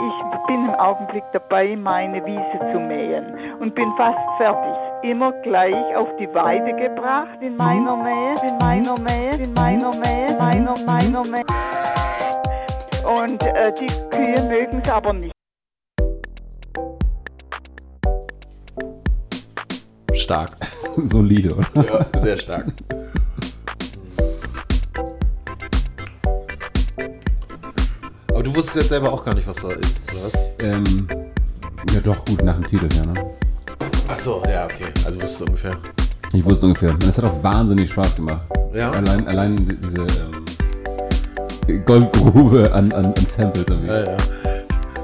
Ich bin im Augenblick dabei, meine Wiese zu mähen und bin fast fertig. Immer gleich auf die Weide gebracht in meiner Mähe, in meiner Mähe, in meiner Mähe, in meiner, meiner Mähe. Und äh, die Kühe mögen es aber nicht. Stark. Solide, oder? Ja, sehr stark. Aber du wusstest jetzt selber auch gar nicht, was da ist, oder was? Ähm, ja, doch, gut, nach dem Titel her, ne? Achso, ja, okay. Also wusstest du ungefähr. Ich wusste ungefähr. Und es hat auch wahnsinnig Spaß gemacht. Ja. Allein, allein die- diese ähm, Goldgrube an, an, an Samples irgendwie. Ja, ja.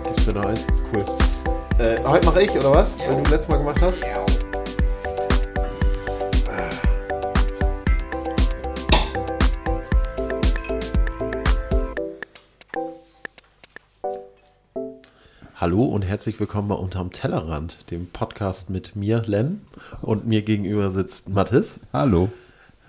Gibst du noch eins? Cool. Äh, heute mache ich, oder was? Weil du letztes Mal gemacht hast? Hallo und herzlich willkommen bei Unterm Tellerrand, dem Podcast mit mir, Len. Und mir gegenüber sitzt Mathis. Hallo.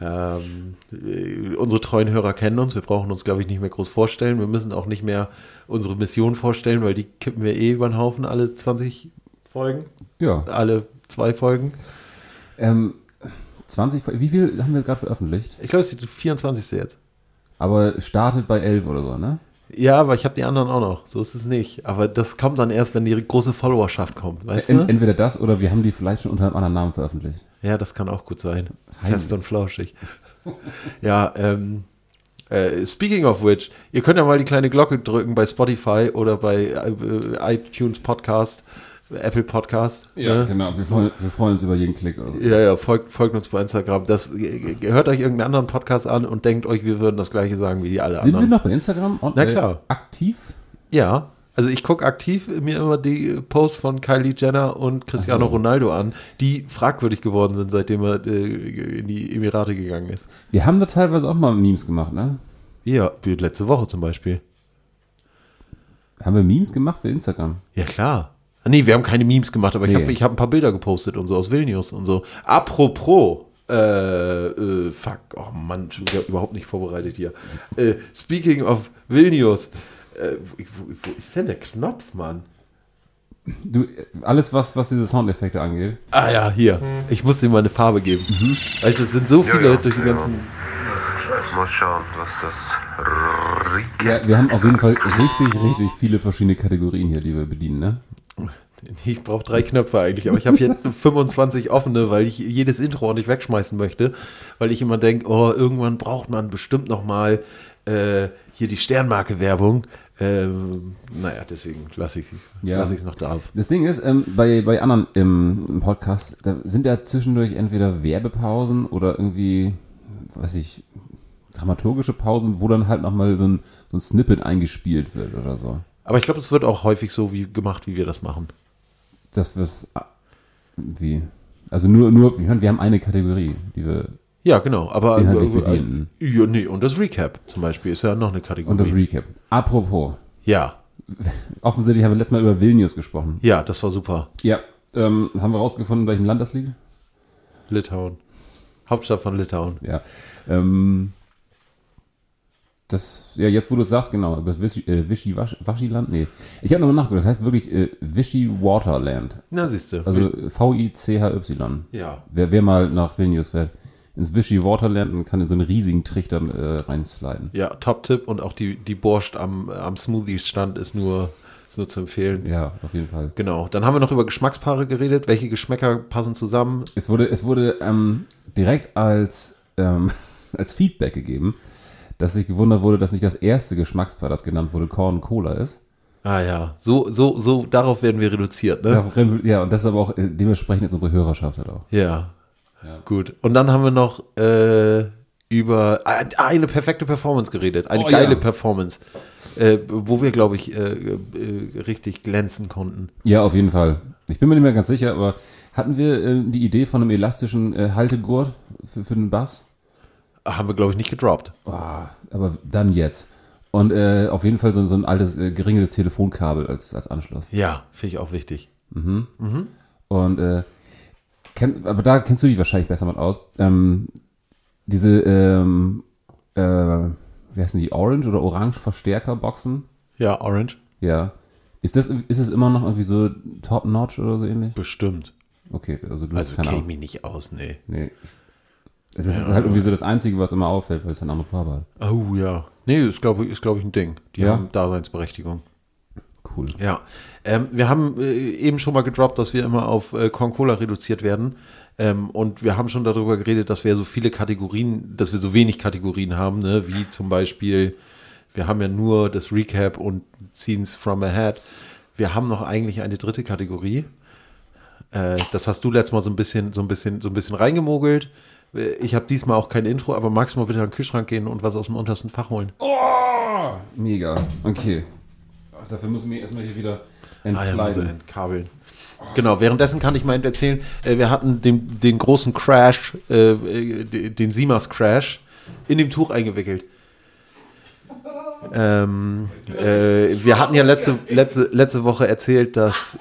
Ähm, äh, unsere treuen Hörer kennen uns. Wir brauchen uns, glaube ich, nicht mehr groß vorstellen. Wir müssen auch nicht mehr unsere Mission vorstellen, weil die kippen wir eh über den Haufen alle 20 Folgen, Ja. alle zwei Folgen. Ähm, 20, Fol- wie viel haben wir gerade veröffentlicht? Ich glaube, es ist die 24. jetzt. Aber startet bei 11 oder so, ne? Ja, aber ich habe die anderen auch noch. So ist es nicht. Aber das kommt dann erst, wenn die große Followerschaft kommt. Weißt En, du? entweder das oder wir haben die vielleicht schon unter einem anderen Namen veröffentlicht. Ja, das kann auch gut sein. Heimlich. Fest und flauschig. ja, ähm. Äh, speaking of which, ihr könnt ja mal die kleine Glocke drücken bei Spotify oder bei äh, iTunes Podcast, Apple Podcast. ne? genau. Wir freuen, wir freuen uns über jeden Klick oder so. Ja, ja, folgt, folgt uns bei Instagram. Das, äh, hört euch irgendeinen anderen Podcast an und denkt euch, wir würden das gleiche sagen wie die alle Sind wir anderen. noch bei Instagram on- Na klar. Äh, aktiv? Ja, also ich gucke aktiv mir immer die Posts von Kylie Jenner und Cristiano Ach so. Ronaldo an, die fragwürdig geworden sind, seitdem er äh, in die Emirate gegangen ist. Wir haben da teilweise auch mal Memes gemacht, ne? Ja, wie letzte Woche zum Beispiel. Haben wir Memes gemacht für Instagram? Ja, klar. Ah, Nee, wir haben keine Memes gemacht, aber ich Nee. habe ich hab ein paar Bilder gepostet und so aus Vilnius und so. Apropos, äh, äh, fuck, oh Mann, schon wieder überhaupt nicht vorbereitet hier. Äh, speaking of Vilnius, äh, wo, wo ist denn der Knopf, Mann? Du, äh, alles, was, was diese Soundeffekte angeht. Ah ja, hier. Ich muss dir mal eine Farbe geben. Weißt du, es sind so viele Mhm. ja, genau. durch die ja. ganzen. Ich muss schauen, was das riecht. Ja, wir haben auf jeden Fall richtig, richtig viele verschiedene Kategorien hier, die wir bedienen, ne? Ich brauche drei Knöpfe eigentlich, aber ich habe hier 25 offene, weil ich jedes Intro auch nicht wegschmeißen möchte, weil ich immer denke, oh, irgendwann braucht man bestimmt nochmal äh, hier die Sternmarke-Werbung. Ähm, naja, deswegen lasse ich Ja. es noch da. Das Ding ist, ähm, bei, bei anderen ähm, Podcasts, da sind ja zwischendurch entweder Werbepausen oder irgendwie, weiß ich, dramaturgische Pausen, wo dann halt nochmal so ein, so ein Snippet eingespielt wird oder so. Aber ich glaube, es wird auch häufig so wie gemacht, wie wir das machen. Das wir's. ah, Wie? Also nur, nur, wir haben- wir haben eine Kategorie, die wir. Ja, genau. Aber Inhaltlich äh, bedienen. ja, nee, und das Recap zum Beispiel ist ja noch eine Kategorie. Und das Recap. Apropos, ja, offensichtlich haben wir letztes Mal über Vilnius gesprochen. ja, das war super. Ja. Ähm, haben wir rausgefunden, in welchem Land das liegt? Litauen. Hauptstadt von Litauen. Ja. Ähm, das, ja, jetzt wo du es sagst, genau, über das Wischi- äh, Wischi-Waschi-Land, nee. Ich habe nochmal nachgedacht, das heißt wirklich äh, Wischi-Waterland. Na, siehst du. Also äh, V-I-C-H-Y. ja. Wer, wer mal nach Vilnius fährt, ins Wischi-Waterland und kann in so einen riesigen Trichter äh, reinsliden. Ja, Top-Tipp und auch die, die Borscht am, am Smoothie-Stand ist nur, ist nur zu empfehlen. Ja, auf jeden Fall. Genau. Dann haben wir noch über Geschmackspaare geredet. Welche Geschmäcker passen zusammen? Es wurde, es wurde ähm, direkt als, ähm, als Feedback gegeben, dass ich gewundert wurde, dass nicht das erste Geschmackspaar, das genannt wurde, Korn Cola ist. Ah ja, so, so, so, darauf werden wir reduziert, ne? Darin- Ja, und das ist aber auch, äh, dementsprechend ist unsere Hörerschaft halt auch. Ja. Gut. Und dann haben wir noch äh, über ah, eine perfekte Performance geredet. Eine Oh, geile ja. Performance. Äh, wo wir, glaube ich, äh, äh, richtig glänzen konnten. Ja, auf jeden Fall. Ich bin mir nicht mehr ganz sicher, aber hatten wir äh, die Idee von einem elastischen äh, Haltegurt für, für den Bass? Haben wir, glaube ich, nicht gedroppt. Boah, aber dann jetzt. Und äh, auf jeden Fall so, so ein altes, äh, geringeltes Telefonkabel als, als Anschluss. Ja, finde ich auch wichtig. Und äh, kenn, aber da kennst du dich wahrscheinlich besser mit aus. Ähm, diese, ähm, äh, wie heißen die, Orange oder Orange Verstärkerboxen? Ja, Orange. Ja. Ist, das, ist es immer noch irgendwie so top-notch oder so ähnlich? Bestimmt. Okay, also du hast Also keine käme Ahnung. mich nicht aus, nee. Nee. Das ist halt irgendwie so das Einzige, was immer auffällt, weil es halt eine andere Farbe hat. Oh ja. Nee, ist glaube ist, glaub ich ein Ding. Die Ja. haben Daseinsberechtigung. Cool. Ja, ähm, wir haben äh, eben schon mal gedroppt, dass wir immer auf äh, Concola reduziert werden. Ähm, und wir haben schon darüber geredet, dass wir so viele Kategorien, dass wir so wenig Kategorien haben, ne? wie zum Beispiel, wir haben ja nur das Recap und Scenes from Ahead. Wir haben noch eigentlich eine dritte Kategorie. Äh, das hast du letztes Mal so ein bisschen, so ein bisschen, so ein bisschen reingemogelt. Äh, Ich habe diesmal auch kein Intro, aber magst du mal bitte an den Kühlschrank gehen und was aus dem untersten Fach holen? Mega. Okay. Ach, dafür müssen wir erstmal hier wieder Ah, ja, muss er entkleiden. entkabeln. Genau, währenddessen kann ich mal eben erzählen, äh, wir hatten den, den großen Crash, äh, äh, de- den Simas Crash, in dem Tuch eingewickelt. Ähm, äh, wir hatten ja letzte, letzte, letzte Woche erzählt, dass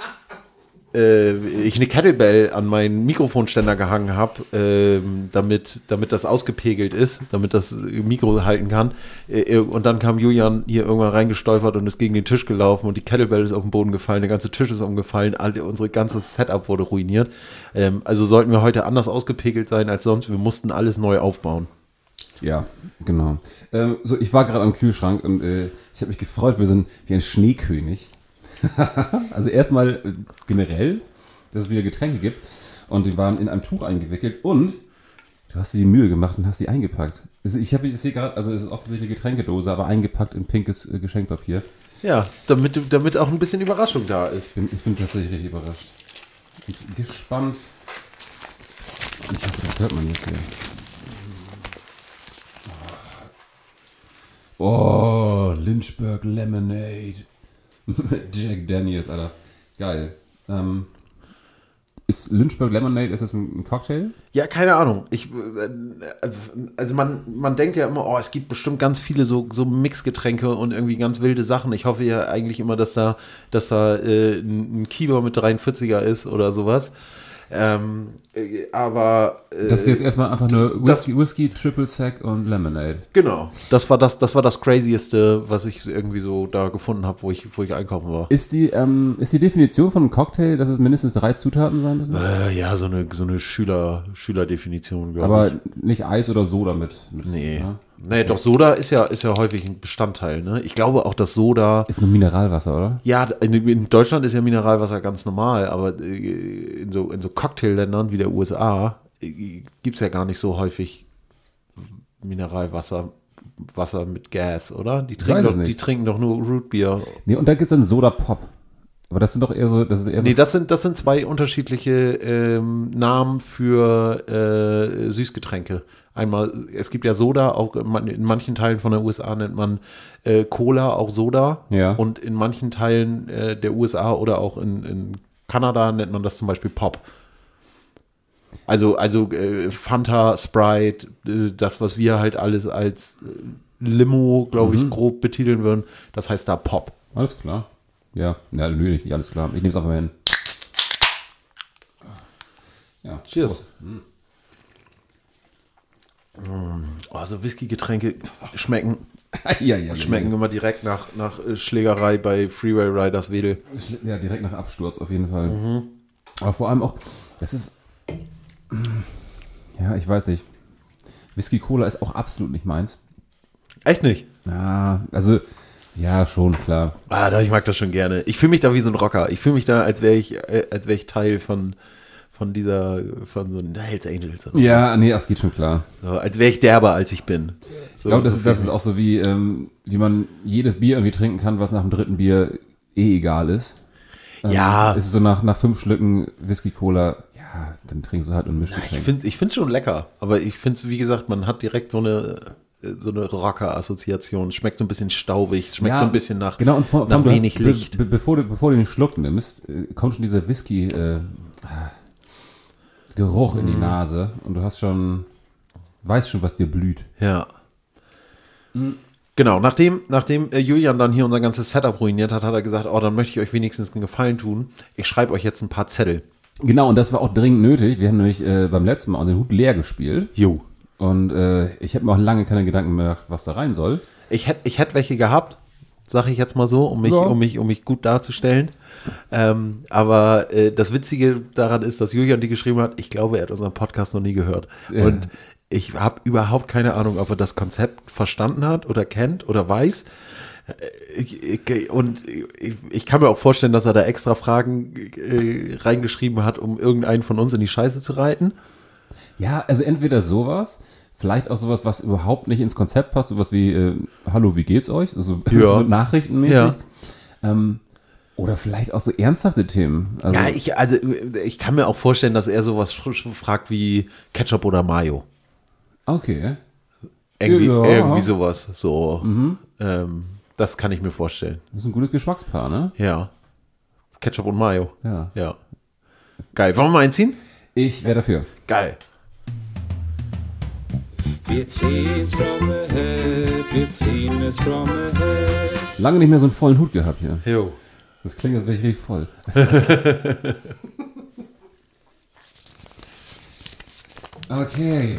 äh, ich eine Kettlebell an meinen Mikrofonständer gehangen habe, ähm, damit, damit das ausgepegelt ist, damit das Mikro halten kann. Äh, und dann kam Julian hier irgendwann reingestolpert und ist gegen den Tisch gelaufen und die Kettlebell ist auf den Boden gefallen, der ganze Tisch ist umgefallen, all, unser ganzes Setup wurde ruiniert. Ähm, also sollten wir heute anders ausgepegelt sein als sonst. Wir mussten alles neu aufbauen. Ja, genau. Ähm, so, ich war gerade am Kühlschrank und äh, ich habe mich gefreut, wir sind wie ein Schneekönig. also erstmal äh, generell, dass es wieder Getränke gibt. Und die waren in ein Tuch eingewickelt und du hast dir die Mühe gemacht und hast sie eingepackt. Also Ich habe jetzt hier gerade, also es ist offensichtlich eine Getränkedose, aber eingepackt in pinkes äh, Geschenkpapier. Ja, damit, damit auch ein bisschen Überraschung da ist. Bin, ich bin tatsächlich richtig überrascht. Und gespannt. Und Ich hoffe, das hört man jetzt hier. Oh, Lynchburg Lemonade. Jack Daniels, Alter. Geil. Ähm, ist Lynchburg Lemonade, ist das ein, ein Cocktail? Ja, keine Ahnung. Ich, äh, also man, man denkt ja immer, oh, es gibt bestimmt ganz viele so, so Mixgetränke und irgendwie ganz wilde Sachen. Ich hoffe ja eigentlich immer, dass da, dass da äh, ein ein Kieber mit 43er ist oder sowas. Ähm, äh, aber äh, Das ist jetzt erstmal einfach nur das- Whisky, Whisky, Triple Sec und Lemonade. genau, das war das, das war das Crazieste, was ich irgendwie so da gefunden habe, wo ich, wo ich einkaufen war. Ist die, ähm, ist die Definition von einem Cocktail, dass es mindestens drei Zutaten sein müssen? Äh, ja, so eine, so eine Schüler, Schülerdefinition, glaube Aber nicht Eis oder Soda mit. mit ne? Nee. Ja? Nee, doch Soda ist ja, ist ja häufig ein Bestandteil, ne? Ich glaube auch, dass Soda. Ist nur Mineralwasser, oder? Ja, in, in Deutschland ist ja Mineralwasser ganz normal, aber äh, in so, in so Cocktailländern wie der USA äh, gibt's ja gar nicht so häufig Mineralwasser, Wasser mit Gas, oder? Die trinken, weiß es doch, die nicht. trinken doch nur Rootbier. Nee, und dann gibt es dann Soda Pop. Aber das sind doch eher so, das ist eher Nee, so. das sind, das sind zwei unterschiedliche ähm, Namen für äh, Süßgetränke. Einmal, es gibt ja Soda, auch in man- in manchen Teilen von der USA nennt man äh, Cola auch Soda. Ja. Und in manchen Teilen äh, der USA oder auch in, in Kanada nennt man das zum Beispiel Pop. Also, also äh, Fanta, Sprite, äh, das, was wir halt alles als äh, Limo, glaube ich, grob betiteln würden, das heißt da Pop. Alles klar. Ja, ja, nö, nicht, nicht alles klar. Ich nehme es einfach mal hin. Ja, Cheers. Mm. Prost. Oh, so Whisky-Getränke schmecken ja, ja, Schmecken immer direkt nach, nach äh, Schlägerei bei Freeway Riders Wedel. Ja, ja, direkt nach Absturz auf jeden Fall. Mhm. Aber vor allem auch, das ist. Ja, ich weiß nicht. Whisky Cola ist auch absolut nicht meins. Echt nicht? Ja, also, ja, schon, klar. Ah, doch, ich mag das schon gerne. Ich fühle mich da wie so ein Rocker. Ich fühle mich da, als wäre ich, äh, als wäre ich Teil von, von dieser, von so einem Hells Angels. oder Ja, nee, das geht schon klar. So, als wäre ich derber, als ich bin. So, Ich glaube, das, so ist- das fühl ist auch so wie, ähm, wie man jedes Bier irgendwie trinken kann, was nach dem dritten Bier eh egal ist. ich- ja, Es ist so nach, nach fünf Schlücken Whisky Cola, ja, dann trinkst du halt und mischst ich Getränk. finde es ich find's schon lecker. Aber ich finde es, wie gesagt, man hat direkt so eine, äh, so eine Rocker-Assoziation. Schmeckt so ein bisschen staubig, schmeckt Ja, so ein bisschen nach, genau, und vor, vor, nach allem, du wenig hast, be- Licht. Be, bevor, du, bevor du den Schluck nimmst, äh, kommt schon dieser Whisky äh, ah, Geruch Mm. in die Nase und du hast schon, weißt schon, was dir blüht. Ja. Genau, nachdem, nachdem äh, Julian dann hier unser ganzes Setup ruiniert hat, hat er gesagt, oh, dann möchte ich euch wenigstens einen Gefallen tun. Ich schreibe euch jetzt ein paar Zettel. Genau, und das war auch dringend nötig. Wir haben nämlich äh, beim letzten Mal unseren Hut leer gespielt Jo. und äh, ich habe mir auch lange keine Gedanken mehr gemacht, was da rein soll. Ich hätte ich hätt welche gehabt, sage ich jetzt mal so, um mich, Ja. um mich, um mich gut darzustellen. Ähm, aber äh, das Witzige daran ist, dass Julian die geschrieben hat, ich glaube, er hat unseren Podcast noch nie gehört. Ja. Und ich habe überhaupt keine Ahnung, ob er das Konzept verstanden hat oder kennt oder weiß. Äh, Ich, ich, und ich, ich kann mir auch vorstellen, dass er da extra Fragen äh, reingeschrieben hat, um irgendeinen von uns in die Scheiße zu reiten. Ja, also entweder sowas, vielleicht auch sowas, was überhaupt nicht ins Konzept passt, sowas wie äh, Hallo, wie geht's euch? Also Ja. so nachrichtenmäßig. Ja. Ähm, oder vielleicht auch so ernsthafte Themen. Also, Ja, ich, also ich kann mir auch vorstellen, dass er sowas sch- fragt wie Ketchup oder Mayo. Okay. Irgendwie, Ja, Mhm. irgendwie aha. sowas. So. Ähm, das kann ich mir vorstellen. Das ist ein gutes Geschmackspaar, ne? Ja. Ketchup und Mayo. Ja. Ja. Geil. Wollen wir mal einziehen? Ich wäre dafür. Geil. Wir ziehen's from the head, wir ziehen es from the head. Lange nicht mehr so einen vollen Hut gehabt hier. Jo. Das klingt, als wäre ich richtig voll. okay.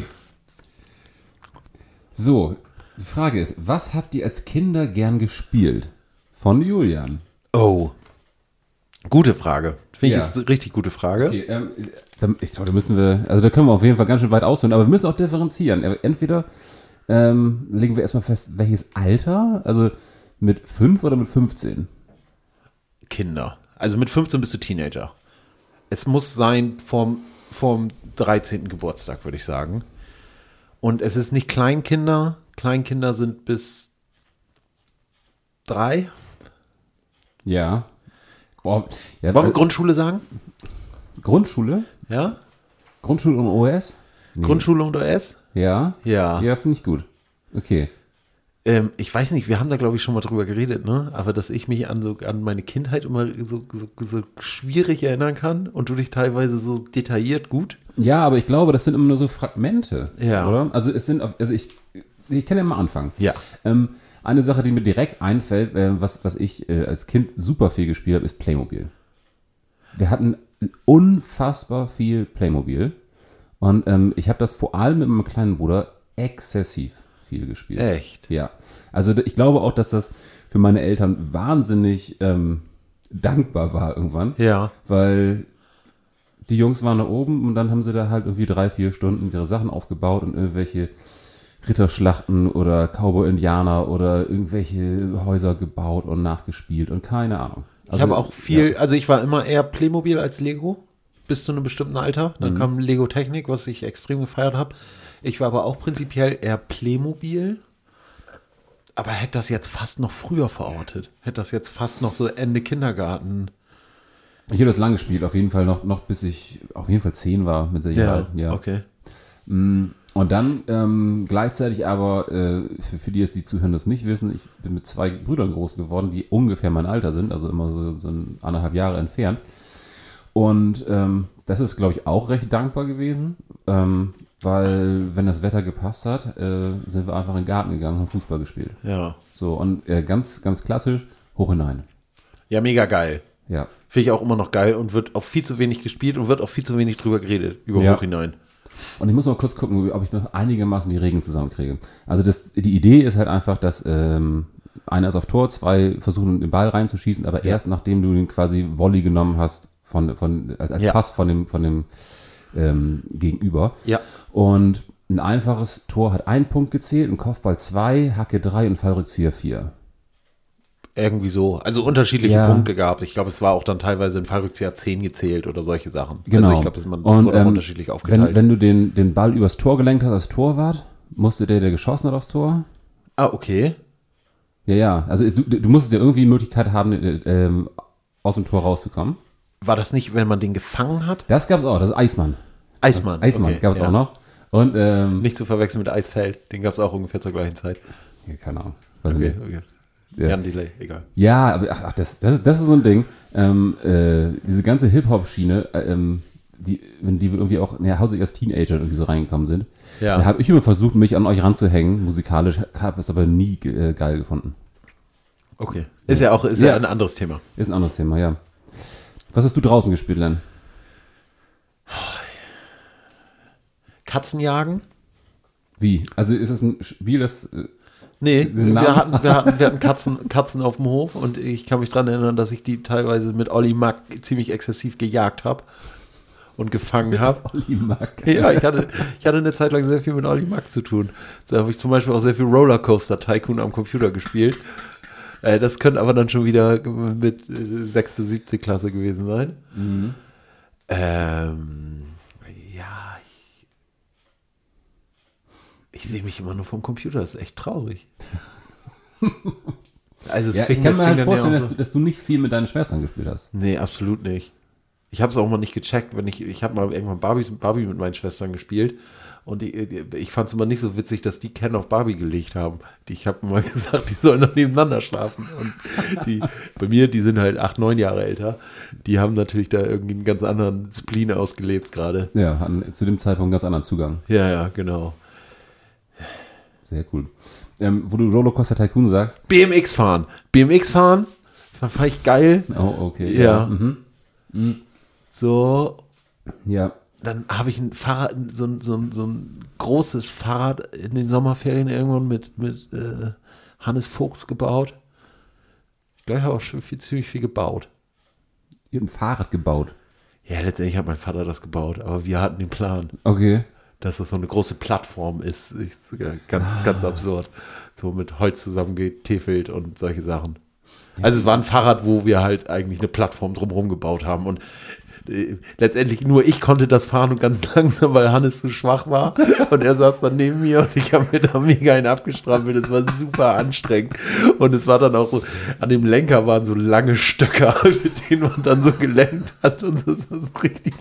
So, die Frage ist, was habt ihr als Kinder gern gespielt? Von Julian. Oh. Gute Frage. Finde ich Ja. ist eine richtig gute Frage. Okay, ähm, da, ich glaube, da müssen wir, also da können wir auf jeden Fall ganz schön weit ausholen, aber wir müssen auch differenzieren. Äh, Entweder ähm, legen wir erstmal fest, welches Alter, also mit 5 oder mit 15? Kinder. Also mit 15 bist du Teenager. Es muss sein vom, vom 13. Geburtstag, würde ich sagen. Und es ist nicht Kleinkinder. Kleinkinder sind bis drei. Ja. Oh, ja Wollen wir äh, Grundschule sagen? Grundschule? Ja? Grundschule und OS? Grundschule und OS? Ja. Ja. Ja, finde ich gut. Okay. Ähm, ich weiß nicht, wir haben da, glaube ich, schon mal drüber geredet, ne? Aber dass ich mich an, so, an meine Kindheit immer so, so, so schwierig erinnern kann und du dich teilweise so detailliert gut. Ja, aber ich glaube, das sind immer nur so Fragmente. Ja. Oder? Also es sind, auf- also ich, ich kann ja mal anfangen. Ja. Ähm, eine Sache, die mir direkt einfällt, äh, was, was ich äh, als Kind super viel gespielt habe, ist Playmobil. Wir hatten unfassbar viel Playmobil. Und ähm, ich habe das vor allem mit meinem kleinen Bruder exzessiv viel gespielt. Echt? Ja. Also d- ich glaube auch, dass das für meine Eltern wahnsinnig ähm, dankbar war irgendwann. Ja. Weil die Jungs waren da oben und dann haben sie da halt irgendwie drei, vier Stunden ihre Sachen aufgebaut und irgendwelche Ritterschlachten oder Cowboy-Indianer oder irgendwelche Häuser gebaut und nachgespielt und keine Ahnung. Ich habe auch viel, also ich war immer eher Playmobil als Lego, bis zu einem bestimmten Alter. Dann kam Lego Technik, was ich extrem gefeiert habe. Ich war aber auch prinzipiell eher Playmobil. Aber hätte das jetzt fast noch früher verortet. Hätte das jetzt fast noch so Ende Kindergarten. Ich habe das lang gespielt, auf jeden Fall noch, noch bis ich auf jeden Fall zehn war mit Sicherheit. okay. Und dann ähm, gleichzeitig aber, äh, für, für die jetzt die Zuhörer das nicht wissen, ich bin mit zwei Brüdern groß geworden, die ungefähr mein Alter sind, also immer so, so ein anderthalb Jahre entfernt. Und ähm, das ist, glaube ich, auch recht dankbar gewesen, ähm, weil wenn das Wetter gepasst hat, äh, sind wir einfach in den Garten gegangen und haben Fußball gespielt. Ja. So, und äh, ganz, ganz klassisch, hoch hinein. Ja, mega geil. Ja. Finde ich auch immer noch geil und wird auch viel zu wenig gespielt und wird auch viel zu wenig drüber geredet, über Ja. hoch hinein. Und ich muss mal kurz gucken, ob ich noch einigermaßen die Regeln zusammenkriege. Also das, die Idee ist halt einfach, dass ähm, einer ist auf Tor, zwei versuchen den Ball reinzuschießen, aber erst nachdem du den quasi Volley genommen hast von, von, als, als Ja. Pass von dem, von dem ähm, Gegenüber. Ja. Und ein einfaches Tor hat einen Punkt gezählt, ein Kopfball zwei, Hacke drei und Fallrückzieher vier. Also Irgendwie so. Also unterschiedliche Ja. Punkte gehabt. Ich glaube, es war auch dann teilweise im Fallrückzieher 10 gezählt oder solche Sachen. Genau. Also ich glaube, es man und, wurde auch ähm, unterschiedlich aufgeteilt. Wenn, wenn du den, den Ball übers Tor gelenkt hast als Torwart, musste der, der geschossen hat, aufs Tor, ah, okay. Ja, ja. Also du, du musstest ja irgendwie die Möglichkeit haben, äh, ähm, aus dem Tor rauszukommen. War das nicht, wenn man den gefangen hat? Das gab's auch, das ist Eismann. Eismann. Eismann okay. gab's ja. auch noch. Und, ähm, Nicht zu verwechseln mit Eisfeld. Den gab es auch ungefähr zur gleichen Zeit. ja, keine Ahnung. Weiß Okay, nicht. okay. Ja. Jan Delay, egal. Ja, aber ach, ach, das, das, ist- das ist so ein Ding. Ähm, äh, diese ganze Hip-Hop-Schiene, äh, ähm, die, in die wir irgendwie auch, naja, hauptsächlich als Teenager irgendwie so reingekommen sind. Ja. Da habe ich immer versucht, mich an euch ranzuhängen, musikalisch, habe es aber nie äh, geil gefunden. Okay. Ist ja auch ist ja. Ja. ein anderes Thema. Ist ein anderes Thema, ja. Was hast du draußen gespielt, Len? Katzenjagen? Wie? Also ist es ein Spiel, das äh, Nee, Den Namen- wir hatten, wir hatten, wir hatten Katzen, Katzen auf dem Hof und ich kann mich dran erinnern, dass ich die teilweise mit Olli Mack ziemlich exzessiv gejagt habe und gefangen habe. Olli Mack. Ja, ich hatte, ich hatte eine Zeit lang sehr viel mit Olli Mack zu tun. Da habe ich zum Beispiel auch sehr viel Rollercoaster Tycoon am Computer gespielt. Äh, das könnte aber dann schon wieder mit äh, sechste, siebte Klasse gewesen sein. Mhm. Ähm, ja, ich, ich sehe mich immer nur vom Computer. Das ist echt traurig. also es Ja, fing- ich kann es mir fing halt dann vorstellen, ja auch dass du, dass du nicht viel mit deinen Schwestern gespielt hast. Nee, absolut nicht. Ich habe es auch mal nicht gecheckt, wenn ich ich habe mal irgendwann Barbies, Barbie mit meinen Schwestern gespielt und ich, ich fand es immer nicht so witzig, dass die Ken auf Barbie gelegt haben. Die- Ich habe mal gesagt, die sollen doch nebeneinander schlafen. Und die, bei mir, die sind halt acht, neun Jahre älter. Die haben natürlich da irgendwie einen ganz anderen Spleen ausgelebt gerade. Ja, hatten zu dem Zeitpunkt einen ganz anderen Zugang. Ja, ja, genau. Sehr cool. Ähm, wo du Rollercoaster Tycoon sagst. BMX fahren, BMX fahren, fand ich geil. Oh, okay. Ja. Mhm. So Ja. dann habe ich ein Fahrrad, so ein, so, ein, so ein großes Fahrrad in den Sommerferien irgendwann mit, mit äh, Hannes Fuchs gebaut. Ich glaube, ich habe auch schon viel, ziemlich viel gebaut. Ihr habt ein Fahrrad gebaut. Ja, letztendlich hat mein Vater das gebaut, aber wir hatten den Plan, Okay. dass das so eine große Plattform ist. Ich, ganz, ganz absurd. So mit Holz zusammengetefelt und solche Sachen. Also es war ein Fahrrad, wo wir halt eigentlich eine Plattform drumherum gebaut haben und äh, Letztendlich nur ich konnte das fahren und ganz langsam, weil Hannes zu schwach war. Und er saß dann neben mir und ich habe mir da mega einen abgestrampelt. Es war super anstrengend. Und es war dann auch so, an dem Lenker waren so lange Stöcker, mit denen man dann so gelenkt hat. Und das ist richtig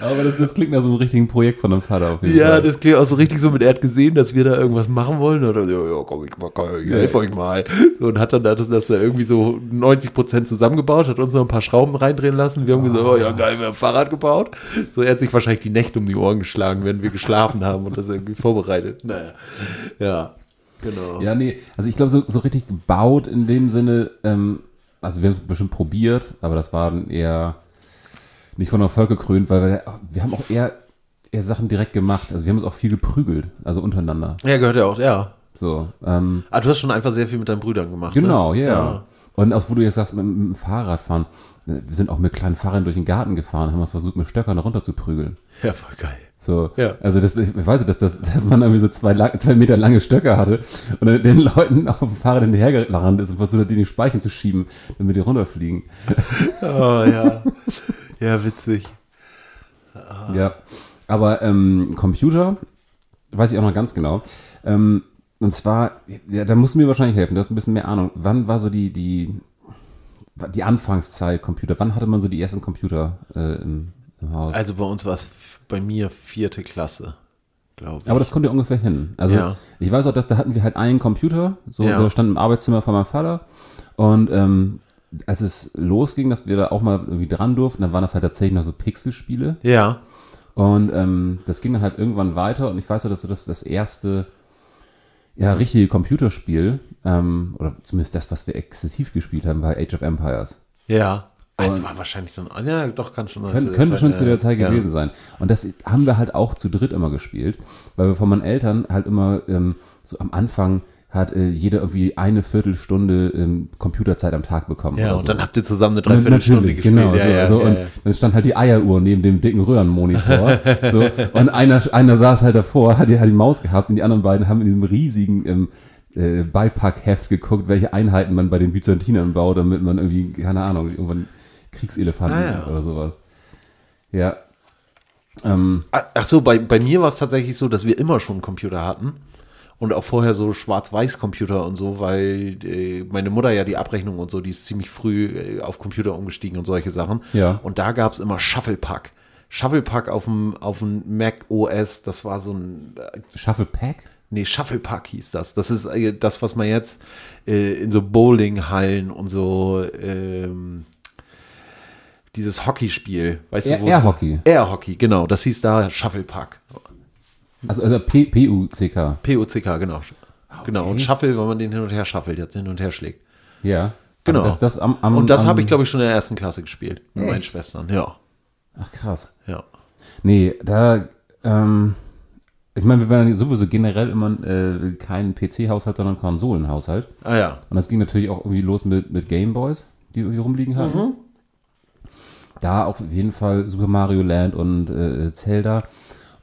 Aber das, das klingt nach so einem richtigen Projekt von deinem Vater auf jeden ja, Fall. das klingt auch so richtig so mit, er hat gesehen, dass wir da irgendwas machen wollen. Und dann, ja, ja, komm, ich, mach- ich helfe euch mal. So, und hat dann das, das da irgendwie so 90 Prozent zusammengebaut, hat uns noch ein paar Schrauben reindrehen lassen. Wir haben gesagt, oh ja, geil, wir haben ein Fahrrad gebaut. So, er hat sich wahrscheinlich die Nächte um die Ohren geschlagen, wenn wir geschlafen haben und das irgendwie vorbereitet. Naja, ja, genau. Ja, nee, also ich glaube, so, so richtig gebaut in dem Sinne, ähm, also wir haben es bestimmt probiert, aber das war dann eher nicht von Erfolg gekrönt, weil wir, wir haben auch eher, eher Sachen direkt gemacht. Also wir haben uns auch viel geprügelt, also untereinander. Ja, gehört ja auch, ja. So, ähm, Ah, du hast schon einfach sehr viel mit deinen Brüdern gemacht. genau, ne? ja. Und auch wo du jetzt sagst, mit, mit dem Fahrrad fahren, äh, wir sind auch mit kleinen Fahrrädern durch den Garten gefahren, haben uns versucht, mit Stöckern runter zu prügeln. Ja, voll geil. So, Ja. also das, ich weiß nicht, dass, dass, dass man irgendwie so zwei, lang, zwei Meter lange Stöcke hatte und dann den Leuten auf dem Fahrrad hinterhergerannt ist und versucht hat, die in die Speichen zu schieben, damit die runterfliegen. Oh, ja. ja, witzig. Ja. Aber ähm, Computer, weiß ich auch noch ganz genau. Ähm, und zwar, ja, da musst du mir wahrscheinlich helfen, du hast ein bisschen mehr Ahnung. Wann war so die, die, die Anfangszeit Computer? Wann hatte man so die ersten Computer äh, im, im Haus? Also bei uns war es f- bei mir vierte Klasse, glaube ich. Aber das kommt ja ungefähr hin. Also Ja. ich weiß auch, dass da hatten wir halt einen Computer, so Ja. der stand im Arbeitszimmer von meinem Vater. Und ähm, als es losging, dass wir da auch mal irgendwie dran durften, dann waren das halt tatsächlich noch so Pixelspiele. ja, Und ähm, das ging dann halt irgendwann weiter. Und ich weiß ja, dass so das, das erste ja, richtige Computerspiel, ähm, oder zumindest das, was wir exzessiv gespielt haben, war Age of Empires. ja. Also Und- war wahrscheinlich dann, ja, doch, kann schon. Kön könnte halt, schon zu der äh, Zeit gewesen sein. Und das haben wir halt auch zu dritt immer gespielt, weil wir von meinen Eltern halt immer ähm, so am Anfang hat äh, jeder irgendwie eine Viertelstunde ähm, Computerzeit am Tag bekommen. Ja, oder und so. dann habt ihr zusammen eine Und Dreiviertelstunde gespielt. Genau, ja, so, ja, so, ja, und ja. dann stand halt die Eieruhr neben dem dicken Röhrenmonitor. so, und einer, einer saß halt davor, hat die, hat die Maus gehabt und die anderen beiden haben in diesem riesigen ähm, äh, Beipackheft geguckt, welche Einheiten man bei den Byzantinern baut, damit man irgendwie, keine Ahnung, irgendwann Kriegselefanten Ah, ja. hat oder sowas. Ja. Ähm, Ah, Ach so, bei, bei mir war es tatsächlich so, dass wir immer schon einen Computer hatten. Und auch vorher so Schwarz-Weiß-Computer und so, weil äh, meine Mutter ja die Abrechnung und so, die ist ziemlich früh äh, auf Computer umgestiegen und solche Sachen. Ja. Und da gab es immer Shufflepack. Shufflepack auf dem, auf dem Mac OS, das war so ein Shuffle Pack? Nee, Shufflepack hieß das. Das ist äh, das, was man jetzt äh, in so Bowlinghallen und so ähm, dieses Hockeyspiel, weißt Air- du wo? Airhockey. Airhockey, genau. Das hieß da Shufflepack. Also, also P- PUCK. P-O-C-K, genau. Ah, Genau. Und Shuffle, wenn man den hin und her shuffelt, jetzt hin und her schlägt. Ja. Genau. Ah, Das, das am, am, und das am- habe ich, glaube ich, schon in der ersten Klasse gespielt. Mit meinen Echt? Schwestern. Ja. Ach, krass. Ja. Nee, da, ähm, Ich meine, wir waren ja sowieso generell immer äh, kein PC-Haushalt, sondern Konsolenhaushalt. Ah ja. Und das ging natürlich auch irgendwie los mit, mit Gameboys, die irgendwie rumliegen hatten. Da auf jeden Fall Super Mario Land und äh, Zelda.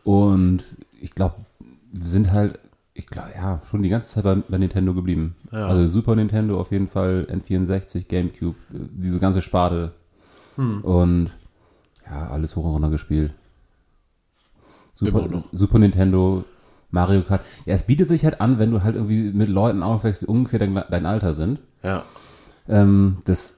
Und ich glaube, wir sind halt, ich glaube, ja, schon die ganze Zeit bei, bei Nintendo geblieben. Also Super Nintendo auf jeden Fall, N64, Gamecube, äh, diese ganze Sparte. Hm. Und ja, alles hoch und runter gespielt. Super, Immer noch. Super Nintendo, Mario Kart. Ja, es bietet sich halt an, wenn du halt irgendwie mit Leuten aufwächst, die ungefähr dein, dein Alter sind. Ja. Ähm, das,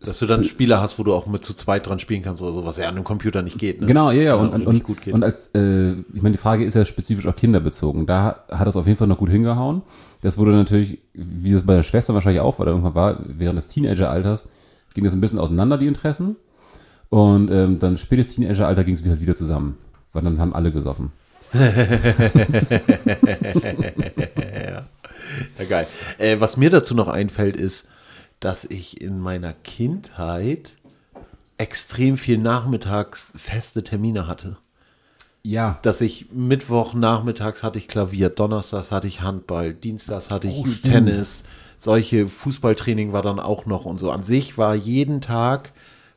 Dass du dann Spieler hast, wo du auch mit zu zweit dran spielen kannst oder so, was ja an einem Computer nicht geht. Ne? Genau, ja, ja. Und, Ja, und, oder und, nicht gut geht. und als, äh, ich meine, die Frage ist ja spezifisch auch kinderbezogen. Da hat das auf jeden Fall noch gut hingehauen. Das wurde natürlich, wie das bei der Schwester wahrscheinlich auch, weil da irgendwann war, während des Teenageralters ging das ein bisschen auseinander, die Interessen. Und ähm, dann spätes Teenageralter ging es halt wieder zusammen. Weil dann haben alle gesoffen. Ja, geil. Äh, was mir dazu noch einfällt, ist, dass ich in meiner Kindheit extrem viel nachmittags feste Termine hatte. Ja. Dass ich Mittwoch nachmittags hatte ich Klavier, Donnerstags hatte ich Handball, Dienstags hatte ich Oh, stimmt. Tennis, solche Fußballtraining war dann auch noch und so. An sich war jeden Tag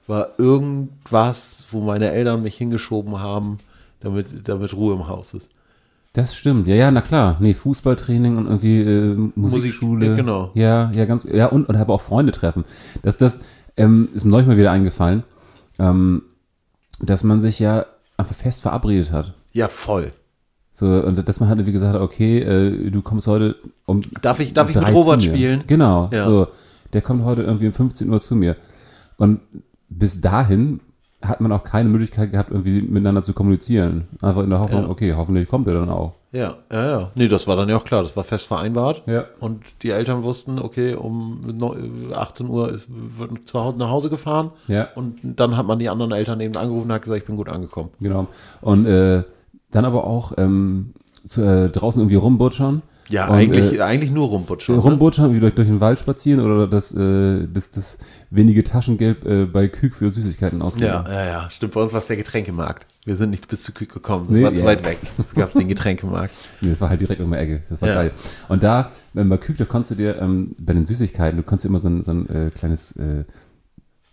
war irgendwas, wo meine Eltern mich hingeschoben haben, damit, damit Ruhe im Haus ist. Das stimmt, ja, ja, na klar. Nee, Fußballtraining und irgendwie äh, Musikschule. äh, genau. Ja, ja, ganz, ja, und, und habe auch Freunde treffen. Das, das ähm, ist mir neulich mal wieder eingefallen, ähm, dass man sich ja einfach fest verabredet hat. Ja, voll. So, und dass man halt, wie gesagt, hat, okay, äh, du kommst heute um. Darf ich- darf ich mit 13 Robert Uhr. spielen? Genau, Ja. so. Der kommt heute irgendwie um 15 Uhr zu mir. Und bis dahin hat man auch keine Möglichkeit gehabt, irgendwie miteinander zu kommunizieren. Einfach in der Hoffnung, Ja. okay, hoffentlich kommt er dann auch. Ja, ja, ja. Nee, das war dann ja auch klar. Das war fest vereinbart. Ja. Und die Eltern wussten, okay, um neu- 18 Uhr ist- wird zu Hause nach Hause gefahren. Ja. Und dann hat man die anderen Eltern eben angerufen und hat gesagt, ich bin gut angekommen. Genau. Und äh, dann aber auch ähm, zu, äh, draußen irgendwie rumbutschern. Ja, und, eigentlich, Äh, eigentlich nur rumputschen. Ne? rumbutschern, wie durch, durch den Wald spazieren oder das, äh, das, das wenige Taschengeld äh, bei Küg für Süßigkeiten ausgeben. Ja, ja, ja. Stimmt. Bei uns war es der Getränkemarkt. Wir sind nicht bis zu Kühe gekommen. Das Nee, war zu ja. weit weg. Es gab den Getränkemarkt. Nee, das war halt direkt um die Ecke. Das war Ja. geil. Und da, wenn bei Küg, da konntest du dir ähm, bei den Süßigkeiten, du konntest immer so ein, so ein äh, kleines, äh,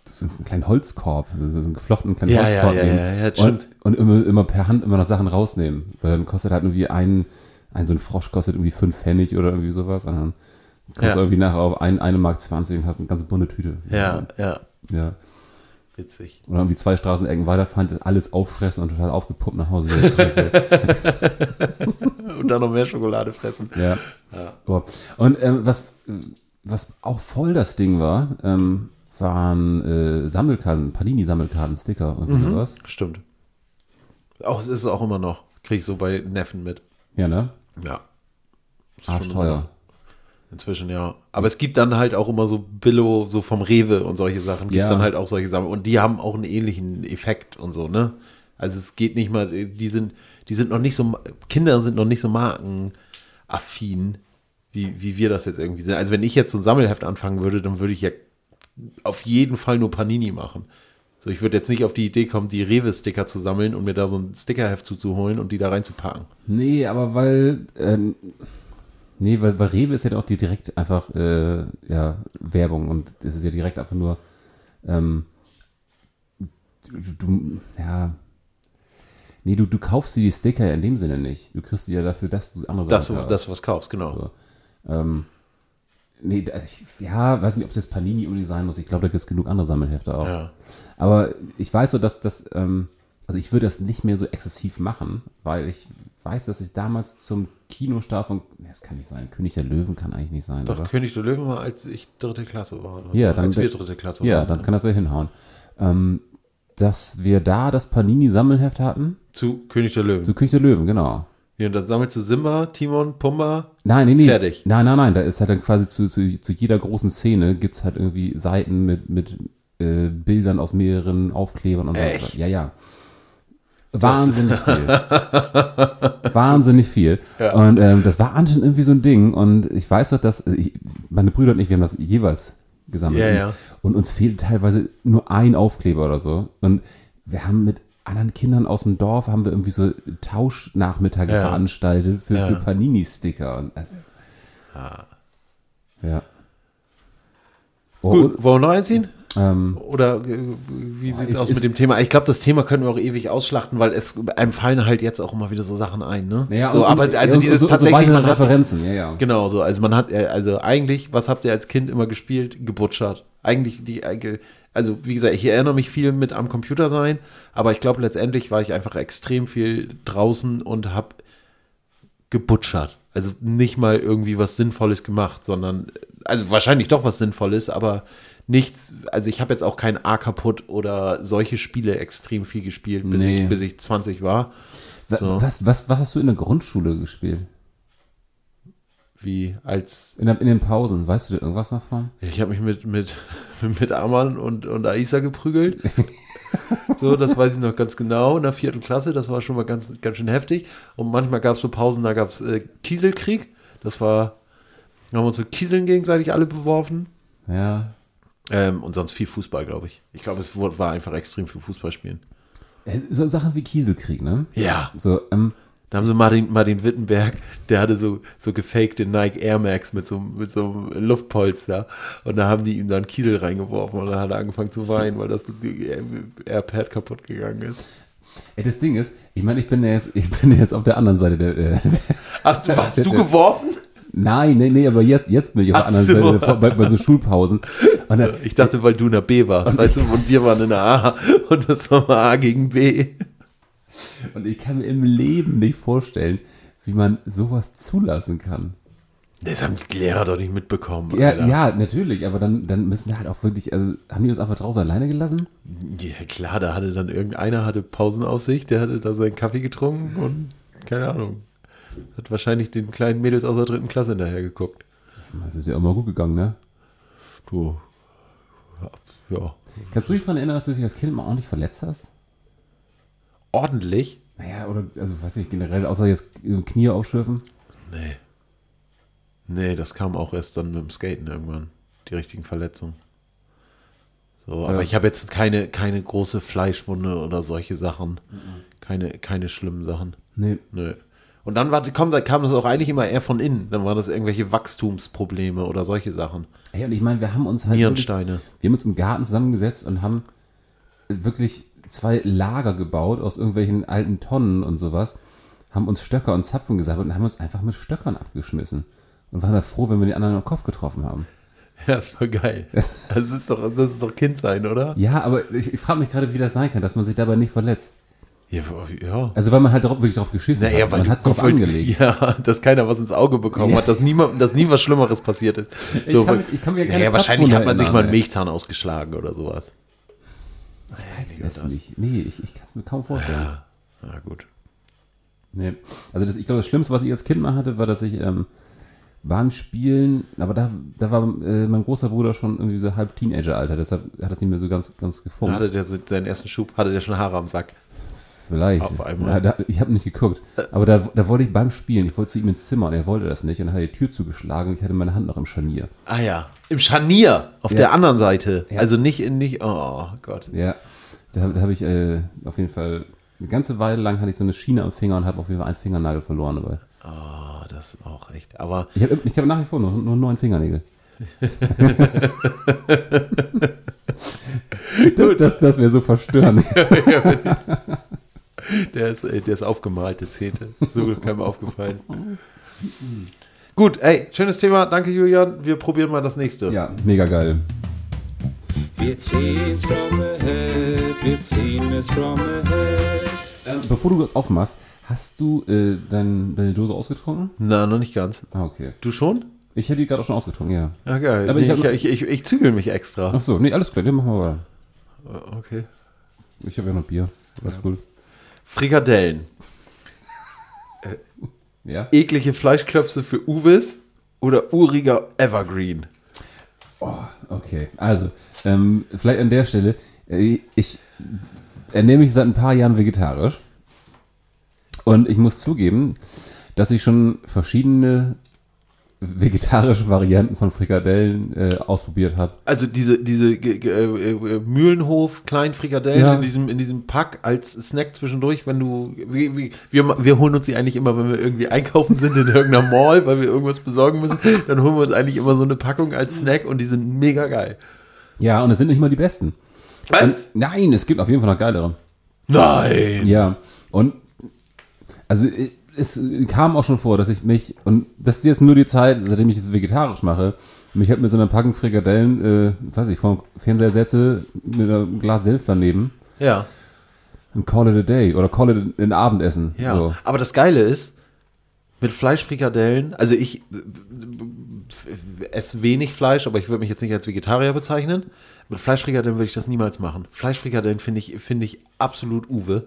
so einen kleinen Holzkorb, so so einen geflochtenen kleinen Ja, ja, Holzkorb ja, nehmen. ja, ja, und stimmt. und immer, immer per Hand immer noch Sachen rausnehmen. Weil dann kostet halt irgendwie ein, ein so ein Frosch kostet irgendwie fünf Pfennig oder irgendwie sowas. Und dann kommst Ja. du irgendwie nachher auf ein, eine Mark 20 und hast eine ganze bunte Tüte. Ja, ja. ja. Witzig. Oder irgendwie zwei Straßenecken weiterfahren, das alles auffressen und total aufgepumpt nach Hause wieder zurück. Und dann noch mehr Schokolade fressen. Ja. Boah. Und ähm, was, äh, was auch voll das Ding war, ähm, waren äh, Sammelkarten, Panini-Sammelkarten, Sticker und Mhm. sowas. Stimmt. Auch, ist es auch immer noch. Kriege ich so bei Neffen mit. Ja, ne? Ja. Arschteuer. Inzwischen, ja. Aber es gibt dann halt auch immer so Billo, so vom Rewe und solche Sachen, gibt es Ja. dann halt auch solche Sachen. Und die haben auch einen ähnlichen Effekt und so, ne? Also es geht nicht mal, die sind, die sind noch nicht so, Kinder sind noch nicht so markenaffin, wie, wie wir das jetzt irgendwie sind. Also wenn ich jetzt so ein Sammelheft anfangen würde, dann würde ich ja auf jeden Fall nur Panini machen. So, ich würde jetzt nicht auf die Idee kommen, die Rewe-Sticker zu sammeln und mir da so ein Stickerheft zuzuholen und die da reinzupacken. Nee, aber weil. Ähm, nee, weil, weil Rewe ist ja auch die direkt einfach äh, ja, Werbung und es ist ja direkt einfach nur. Ähm, du, du, ja. Nee, du, du kaufst dir die Sticker ja in dem Sinne nicht. Du kriegst die ja dafür, dass du andere Das, kaufst. das, was kaufst, genau. So. Ähm, nee, da- ich, ja, weiß nicht, ob es jetzt Panini unbedingt sein muss. Ich glaube, da gibt es genug andere Sammelhefte auch. Ja. Aber ich weiß so, dass das, ähm, also ich würde das nicht mehr so exzessiv machen, weil ich weiß, dass ich damals zum Kinostart von, nee, das kann nicht sein, König der Löwen kann eigentlich nicht sein. Doch, oder? König der Löwen war, als ich dritte Klasse war. oder Ja, so, dann- als wir dritte Klasse ja, waren. dann kann das ja hinhauen. Ähm, dass wir da das Panini-Sammelheft hatten, Zu König der Löwen. zu König der Löwen, genau. ja, und dann sammelst du Simba, Timon, Pumba. Nein, nee, nee. Fertig. Nein, nein, nein. Da ist halt dann quasi zu, zu, zu jeder großen Szene gibt's halt irgendwie Seiten mit, mit äh, Bildern aus mehreren Aufklebern und so weiter. Echt? Ja, ja. Wahnsinnig viel. Wahnsinnig viel. Und ähm, das war anscheinend irgendwie so ein Ding. Und ich weiß doch, dass also ich, meine Brüder und ich, wir haben das jeweils gesammelt. Ja, ja. Und uns fehlt teilweise nur ein Aufkleber oder so. Und wir haben mit anderen Kindern aus dem Dorf haben wir irgendwie so Tauschnachmittage Ja. veranstaltet für, Ja. Ah. für Panini-Sticker. Und das ist- ja. Oh, Gut, wollen wir noch einziehen? Ähm, Oder äh, wie sieht es es aus ist- mit dem Thema? Ich glaube, das Thema können wir auch ewig ausschlachten, weil es einem fallen halt jetzt auch immer wieder so Sachen ein, ne? naja, so, und- aber und- also und- dieses und so, und so tatsächlich weitere man hat, Referenzen, ja, ja. Genau so, also man hat äh, also eigentlich, was habt ihr als Kind immer gespielt? Gebutschert. Eigentlich die äh, ge- also wie gesagt, ich erinnere mich viel mit am Computer sein, aber ich glaube letztendlich war ich einfach extrem viel draußen und habe gebutschert. Also nicht mal irgendwie was Sinnvolles gemacht, sondern, also wahrscheinlich doch was Sinnvolles, aber nichts, also ich habe jetzt auch kein A kaputt oder solche Spiele extrem viel gespielt, bis, Nee. ich, bis ich 20 war. Wa- So. Was, was, was hast du in der Grundschule gespielt? Wie als, In, der, in den Pausen, weißt du da irgendwas noch von? ich habe mich mit, mit, mit Aman und, und Aisa geprügelt. so, das weiß ich noch ganz genau, in der vierten Klasse, das war schon mal ganz, ganz schön heftig. Und manchmal gab es so Pausen, da gab es äh, Kieselkrieg, das war, da haben wir uns mit Kieseln gegenseitig alle beworfen. Ja. Ähm, und sonst viel Fußball, glaube ich. Ich glaube, es wurde- war einfach extrem viel Fußball spielen. Äh, So Sachen wie Kieselkrieg, ne? Ja. So, ähm, Da haben sie Martin, Martin Wittenberg, der hatte so, so gefakte Nike Air Max mit so, einem- mit so einem Luftpolster. Und da haben die ihm dann Kiesel reingeworfen und dann hat er angefangen zu weinen, weil das Airpad kaputt gegangen ist. ey, das Ding ist, ich meine, ich bin ja jetzt, ich bin ja jetzt auf der anderen Seite der, äh, Ach, hast du geworfen? Nein, nee, nee, aber jetzt, jetzt bin ich auf Ach der anderen so. Seite, vor- bei, bei so Schulpausen. Und äh, dann, Ich dachte, weil du in der B warst, weißt du, und wir waren in der A. Und das war mal A gegen B. und ich kann mir im Leben nicht vorstellen, wie man sowas zulassen kann. Das haben die Lehrer doch nicht mitbekommen. Ja, Alter. ja, natürlich, aber dann, dann müssen halt auch wirklich, also haben die uns einfach draußen alleine gelassen? Ja, klar, da hatte dann irgendeiner hatte Pausenaufsicht, der hatte da seinen Kaffee getrunken und keine Ahnung. Hat wahrscheinlich den kleinen Mädels aus der dritten Klasse hinterher geguckt. Das ist ja immer gut gegangen, ne? Du. Ja. Kannst du dich daran erinnern, dass du dich als Kind mal ordentlich verletzt hast? Ordentlich? Naja, oder, also weiß ich generell, außer jetzt äh, Knie aufschürfen? Nee. Nee, das kam auch erst dann mit dem Skaten irgendwann. Die richtigen Verletzungen. So, aber ich habe jetzt keine, keine große Fleischwunde oder solche Sachen. Keine, keine schlimmen Sachen. Nee. Nö. Und dann war, kam, kam das auch eigentlich immer eher von innen. Dann waren das irgendwelche Wachstumsprobleme oder solche Sachen. Ey, und ich meine, wir haben uns halt. wirklich- Nierensteine. Wir haben uns im Garten zusammengesetzt und haben wirklich zwei Lager gebaut aus irgendwelchen alten Tonnen und sowas, haben uns Stöcker und Zapfen gesammelt und haben uns einfach mit Stöckern abgeschmissen. Und waren da froh, wenn wir die anderen am Kopf getroffen haben. Ja, ist voll geil. Das ist doch, das ist doch Kind sein, oder? Ja, aber ich, ich frage mich gerade, wie das sein kann, dass man sich dabei nicht verletzt. Ja, ja. Also weil man halt drauf, wirklich drauf geschissen hat. Man du hat es drauf Kopf- angelegt. Ja, dass keiner was ins Auge bekommen Ja. hat, dass niemandem, dass nie was Schlimmeres passiert ist. Ich kann mich- ich kann mir keine naja, wahrscheinlich Platzwunde hat man sich erinnern, mal einen ey. Milchzahn ausgeschlagen oder sowas. Ich weiß das nicht. Nee, ich, ich kann es mir kaum vorstellen. Ja, na gut. Nee. Also das, ich glaube, das Schlimmste, was ich als Kind mal hatte, war, dass ich ähm, beim Spielen, aber da, da war äh, mein großer Bruder schon irgendwie so halb Teenager-Alter, deshalb hat das nicht mehr so ganz, ganz gefunkt. Hatte der so seinen ersten Schub, hatte der schon Haare am Sack. Vielleicht. Auf einmal. Da, da, ich habe nicht geguckt. Aber da, da wollte ich beim Spielen, ich wollte zu ihm ins Zimmer und er wollte das nicht und hat die Tür zugeschlagen und ich hatte meine Hand noch im Scharnier. Ah ja, im Scharnier, auf Ja. der anderen Seite. Also nicht in, nicht, oh Gott. Ja, da, hab- da habe ich äh, auf jeden Fall eine ganze Weile lang hatte ich so eine Schiene am Finger und habe auf jeden Fall einen Fingernagel verloren dabei. Oh, das ist auch echt. Aber Ich habe ich hab nach wie vor nur, nur neun Fingernägel. das das, das wäre so verstörend. Der ist, äh, der ist aufgemalt, der Zehnte. So keinem aufgefallen. Gut, ey, schönes Thema. Danke, Julian. Wir probieren mal das nächste. ja, mega geil. Wir ziehen's from ahead, wir ziehen es from ahead. Ähm, Bevor du das aufmachst, hast du äh, dein, deine Dose ausgetrunken? Na, noch nicht ganz. Ah, okay. Du schon? Ich hätte die gerade auch schon ausgetrunken, ja. Ja, geil. Aber nee, ich hab ich, noch- ich, ich, ich zügel mich extra. Achso, nee, alles klar, dann machen wir weiter. Okay. Ich habe ja noch Bier. Alles gut. Frikadellen. Ja? Eklige Fleischklöpse für Uwes oder uriger Evergreen. Okay, also, ähm, vielleicht an der Stelle, äh, ich ernähre mich seit ein paar Jahren vegetarisch und ich muss zugeben, dass ich schon verschiedene vegetarische Varianten von Frikadellen äh, ausprobiert habe. Also diese, diese ge- ge- äh, äh, Mühlenhof, Kleinfrikadellen Ja. in, diesem, in diesem Pack als Snack zwischendurch, wenn du. Wie, wie, wir, ma- wir holen uns die eigentlich immer, wenn wir irgendwie einkaufen sind in irgendeiner Mall, weil wir irgendwas besorgen müssen, dann holen wir uns eigentlich immer so eine Packung als Snack und die sind mega geil. Ja, und es sind nicht mal die besten. Und- Nein, es gibt auf jeden Fall noch geilere. Nein! Ja, und also äh, es kam auch schon vor, dass ich mich, und das ist jetzt nur die Zeit, seitdem ich vegetarisch mache, mich halt mit so einer Packung Frikadellen, äh, weiß ich, vom Fernseher setze, mit einem Glas Senf daneben Ja, und call it a day oder call it ein Abendessen. ja. So. Aber das Geile ist, mit Fleischfrikadellen, also ich äh, äh, esse wenig Fleisch, aber ich würde mich jetzt nicht als Vegetarier bezeichnen. Mit Fleischfrikadellen würde ich das niemals machen. Fleischfrikadellen finde ich, finde ich absolut Uwe.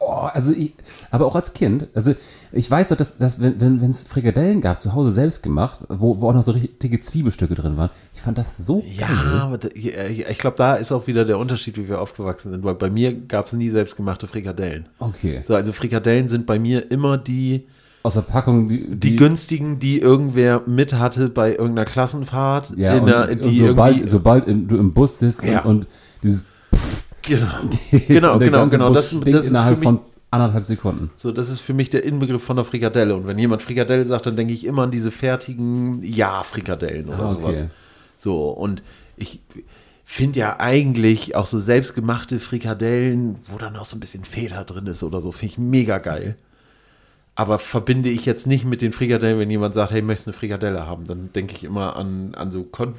Oh, also ich, aber auch als Kind, also ich weiß doch, dass, dass wenn wenn es Frikadellen gab, zu Hause selbst gemacht, wo, wo auch noch so richtige Zwiebelstücke drin waren, ich fand das so Ja, geil. aber da, ich, ich glaube, da ist auch wieder der Unterschied, wie wir aufgewachsen sind, weil bei mir gab es nie selbstgemachte Frikadellen. Okay. So, also Frikadellen sind bei mir immer die, Aus der Packung, die, die, günstigen, die irgendwer mit hatte bei irgendeiner Klassenfahrt. Ja, in und, der, und die irgendwie, sobald, sobald im, du im Bus sitzt Ja. und, und dieses genau, geht genau, und der genau, ganze genau. Bus Das- stinkt das ist innerhalb für mich- von anderthalb Sekunden. so, das ist für mich der Inbegriff von der Frikadelle. Und wenn jemand Frikadelle sagt, dann denke ich immer an diese fertigen Ja-Frikadellen oder Ah, okay. sowas. So, und ich finde ja eigentlich auch so selbstgemachte Frikadellen, wo dann auch so ein bisschen Feder drin ist oder so, finde ich mega geil. Aber verbinde ich jetzt nicht mit den Frikadellen, wenn jemand sagt, hey, möchtest du eine Frikadelle haben, dann denke ich immer an, an so Con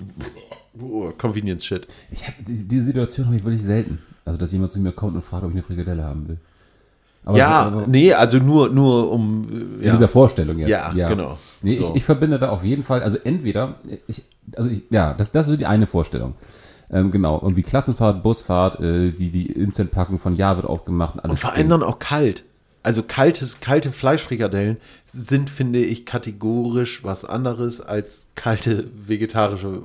oh, Convenience-Shit. Ich hab, die, diese Situation habe ich wirklich selten. Also, dass jemand zu mir kommt und fragt, ob ich eine Frikadelle haben will. Aber, Ja, aber nee, also nur, nur um. äh, in dieser Vorstellung jetzt. Ja, genau. Nee, So. ich, ich verbinde da auf jeden Fall, also entweder, ich, also ich, ja, das, das ist so die eine Vorstellung. Ähm, genau, irgendwie Klassenfahrt, Busfahrt, äh, die, die Instant-Packung von Ja wird aufgemacht. Und alles Und vor allem dann auch kalt. Also kaltes, kalte Fleischfrikadellen sind, finde ich, kategorisch was anderes als kalte vegetarische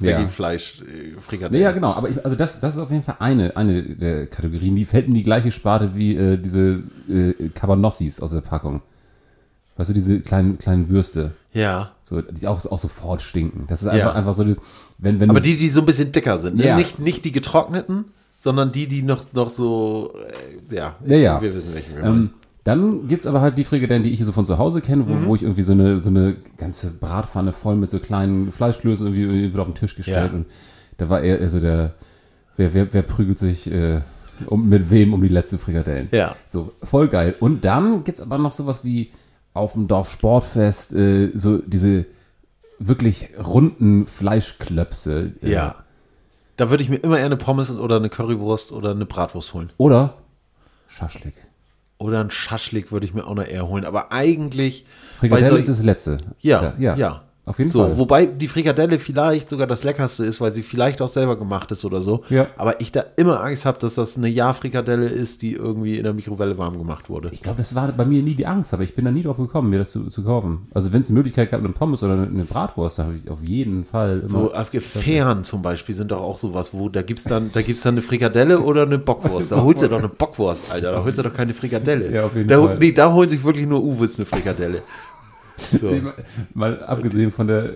Ja. Veggie-Fleisch-Frikadellen. Ja, genau, aber ich, also das, das ist auf jeden Fall eine, eine der Kategorien. Die fällt in die gleiche Sparte wie äh, diese äh, Cabanossis aus der Packung. Weißt du, diese kleinen, kleinen Würste, Ja. so, die auch, auch sofort stinken. Das ist Ja. einfach, einfach so, die- wenn, wenn Aber du- die, die so ein bisschen dicker sind. Ne? Ja. Nicht, nicht die getrockneten, sondern die, die noch, noch so. Äh, ja. Ja, ja. Wir wissen nicht mehr. ähm, dann gibt's aber halt die Frikadellen, die ich hier so von zu Hause kenne, Mhm. wo, wo ich irgendwie so eine, so eine ganze Bratpfanne voll mit so kleinen Fleischklößen irgendwie, irgendwie wird auf den Tisch gestellt. Ja. Und da war eher also der, wer, wer, wer prügelt sich äh, um, mit wem um die letzten Frikadellen. Ja. So, voll geil. Und dann gibt's aber noch sowas wie auf dem Dorf Sportfest, äh, so diese wirklich runden Fleischklöpse. äh, ja. Da würde ich mir immer eher eine Pommes oder eine Currywurst oder eine Bratwurst holen. Oder Schaschlik. Oder ein Schaschlik würde ich mir auch noch eher holen. Aber eigentlich. bei Frikadelle solchen- ist das letzte. Ja, ja. ja. Auf jeden so, Fall. Wobei die Frikadelle vielleicht sogar das leckerste ist, weil sie vielleicht auch selber gemacht ist oder so. Ja. Aber ich da immer Angst habe, dass das eine Ja-Frikadelle ist, die irgendwie in der Mikrowelle warm gemacht wurde. Ich glaube, das war bei mir nie die Angst, aber ich bin da nie drauf gekommen, mir das zu, zu kaufen. Also wenn es eine Möglichkeit gab, eine Pommes oder eine, eine Bratwurst, dann habe ich auf jeden Fall immer... So abgefahren zum Beispiel sind doch auch sowas, wo da gibt's dann, da gibt's dann eine Frikadelle oder eine Bockwurst. Da holst du doch eine Bockwurst, Alter. Da holst du doch keine Frikadelle. Ja, auf jeden da, Fall. Nee, da holen sich wirklich nur Uwes eine Frikadelle. So. mal, mal abgesehen von der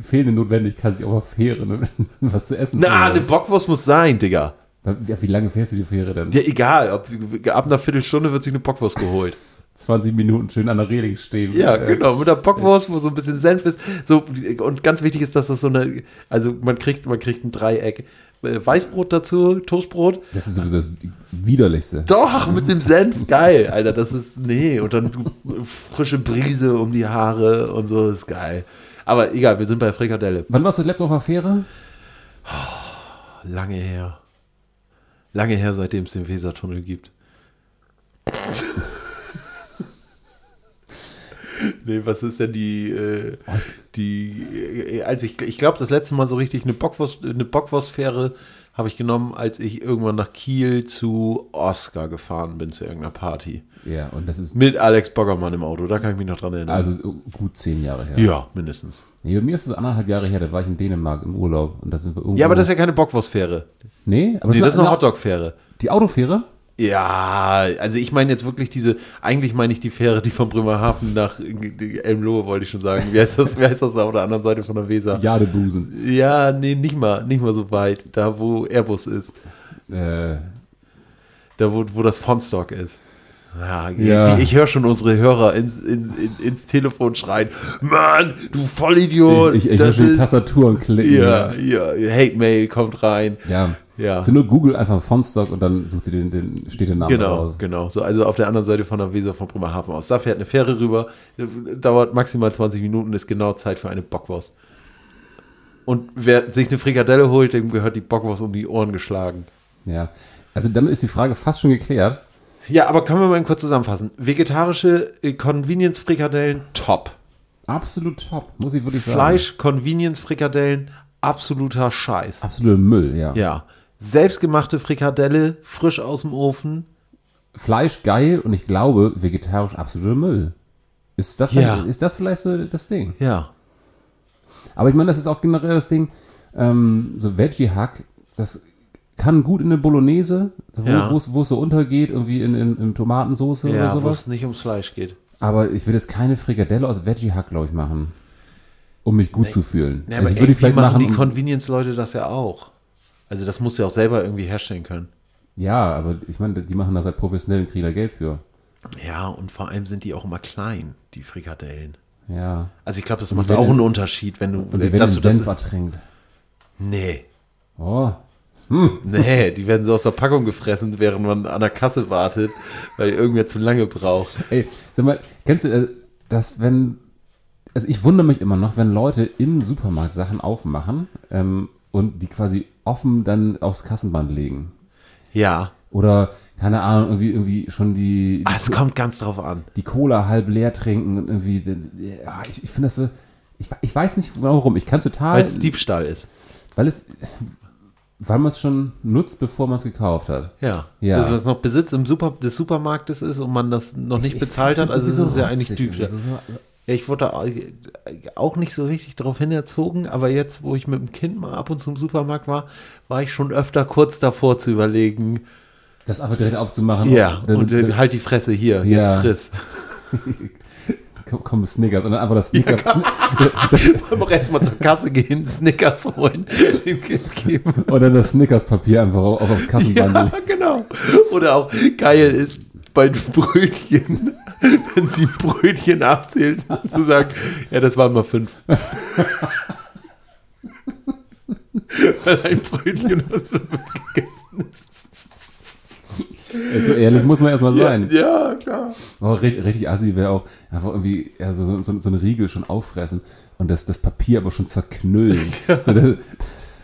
fehlenden Notwendigkeit, sich auf der Fähre ne, was zu essen Na, ne eine holen. Bockwurst muss sein, Digga. Ja, Wie lange fährst du die Fähre denn? Ja, egal. Ob, ab einer Viertelstunde wird sich eine Bockwurst geholt. 20 Minuten schön an der Reling stehen. Ja, Äh, genau, mit der Bockwurst, wo so ein bisschen Senf ist. So, und ganz wichtig ist, dass das so eine, also man kriegt, man kriegt ein Dreieck. Äh, Weißbrot dazu, Toastbrot. Das ist sowieso das Widerlichste. Doch, mit dem Senf, geil, Alter, das ist, nee, und dann du- frische Brise um die Haare und so, ist geil. Aber egal, wir sind bei Frikadelle. Wann warst du das letzte Mal auf der Fähre? Lange her. Lange her, seitdem es den Wesertunnel gibt. nee, was ist denn die, äh, die, äh, als ich, ich glaube, das letzte Mal so richtig eine Bockwurst, eine Bockwurstfähre habe ich genommen, als ich irgendwann nach Kiel zu Oscar gefahren bin, zu irgendeiner Party. Ja, und das ist Mit Alex Boggermann im Auto, da kann ich mich noch dran erinnern. also gut zehn Jahre her. ja, mindestens. Nee, bei mir ist es anderthalb Jahre her, da war ich in Dänemark im Urlaub und da sind wir irgendwo... Ja, aber das ist ja keine Bockwurstfähre. Nee, aber Nee, es das ist eine Hotdogfähre. Die Autofähre? Ja, also ich meine jetzt wirklich diese, eigentlich meine ich die Fähre, die von Bremerhaven nach äh, Elmlohe, wollte ich schon sagen. Wie heißt das, wie heißt das da auf der anderen Seite von der Weser? Jadebusen. Ja, nee, nicht mal, nicht mal so weit. Da, wo Airbus ist. Äh, Da, wo, wo das Fontstock ist. Ja, Ja. Die, ich höre schon unsere Hörer ins, in, in, ins Telefon schreien. Mann, du Vollidiot. ich ich, ich das lasse die ist, Tastaturen klicken. ne? ja, ja, Hate-Mail kommt rein. Ja. Ja. Also nur Google einfach Fontstock und dann sucht ihr den, den steht der Name Genau, raus. genau. So, also auf der anderen Seite von der Weser von Bremerhaven aus. Da fährt eine Fähre rüber, dauert maximal 20 Minuten, ist genau Zeit für eine Bockwurst. Und wer sich eine Frikadelle holt, dem gehört die Bockwurst um die Ohren geschlagen. Ja. Also damit ist die Frage fast schon geklärt. Ja, aber können wir mal kurz zusammenfassen. Vegetarische äh, Convenience-Frikadellen, top. Absolut top, muss ich wirklich sagen. Fleisch-Convenience-Frikadellen, absoluter Scheiß. Absoluter Müll, ja. Ja. Selbstgemachte Frikadelle, frisch aus dem Ofen. Fleisch geil und ich glaube vegetarisch absoluter Müll. Ist das, Ja. ist das vielleicht so das Ding? Ja. Aber ich meine, das ist auch generell das Ding, ähm, so Veggie-Hack, das kann gut in eine Bolognese, wo Ja. wo es wo es so untergeht, irgendwie in, in, in Tomatensoße oder Ja, wo sowas. es nicht ums Fleisch geht. Aber ich würde jetzt keine Frikadelle aus Veggie-Hack, glaube ich, machen, um mich gut zu fühlen. Ja, also aber ich würde die irgendwie vielleicht machen die machen, um- Convenience-Leute das ja auch. Also das muss ja auch selber irgendwie herstellen können. ja, aber ich meine, die machen das halt professionell und kriegen da Geld für. Ja, und vor allem sind die auch immer klein, die Frikadellen. Ja. Also ich glaube, das macht wenn- auch einen Unterschied, wenn du, Und die werden dass in du das, Senf ertränkt. Nee, Oh, nee, die werden so aus der Packung gefressen, während man an der Kasse wartet, weil irgendwer zu lange braucht. Ey, sag mal, kennst du äh, das, wenn. Also ich wundere mich immer noch, wenn Leute im Supermarkt Sachen aufmachen ähm, und die quasi offen dann aufs Kassenband legen. Ja, Oder, keine Ahnung, irgendwie, irgendwie schon die, Ah, es kommt ganz drauf an. die Cola halb leer trinken und irgendwie. Ja, ich ich finde das so. Ich, we- ich weiß nicht genau warum. Ich kann total. Weil es Diebstahl ist. weil es. Weil man es schon nutzt, bevor man es gekauft hat. Ja. Ja. Das, was noch Besitz im Super des Supermarktes ist und man das noch nicht bezahlt hat, also es ist ja eigentlich Diebstahl. dübel. Ja, ich wurde da auch nicht so richtig darauf hinerzogen, aber jetzt, wo ich mit dem Kind mal ab und zu im Supermarkt war, war ich schon öfter kurz davor zu überlegen, Das einfach direkt aufzumachen. ja, dann- und dann- äh, halt die Fresse hier, jetzt Ja. friss. komm, komm Snickers und dann einfach das Snickers. Wollen wir erstmal zur Kasse gehen, Snickers holen, dem Kind geben. und dann das Snickers-Papier einfach auf, aufs Kassenband. Ja, genau. Oder auch geil ist bei den Brötchen, wenn sie Brötchen abzählt, zu sagen, ja, das waren mal fünf. Weil ein Brötchen hast du gegessen. So Also ehrlich muss man erstmal sein. Ja, klar. Oh, ri- richtig assi wäre auch einfach irgendwie ja, so, so- so, so eine Riegel schon auffressen und das, das Papier aber schon zerknüllen. So, dass,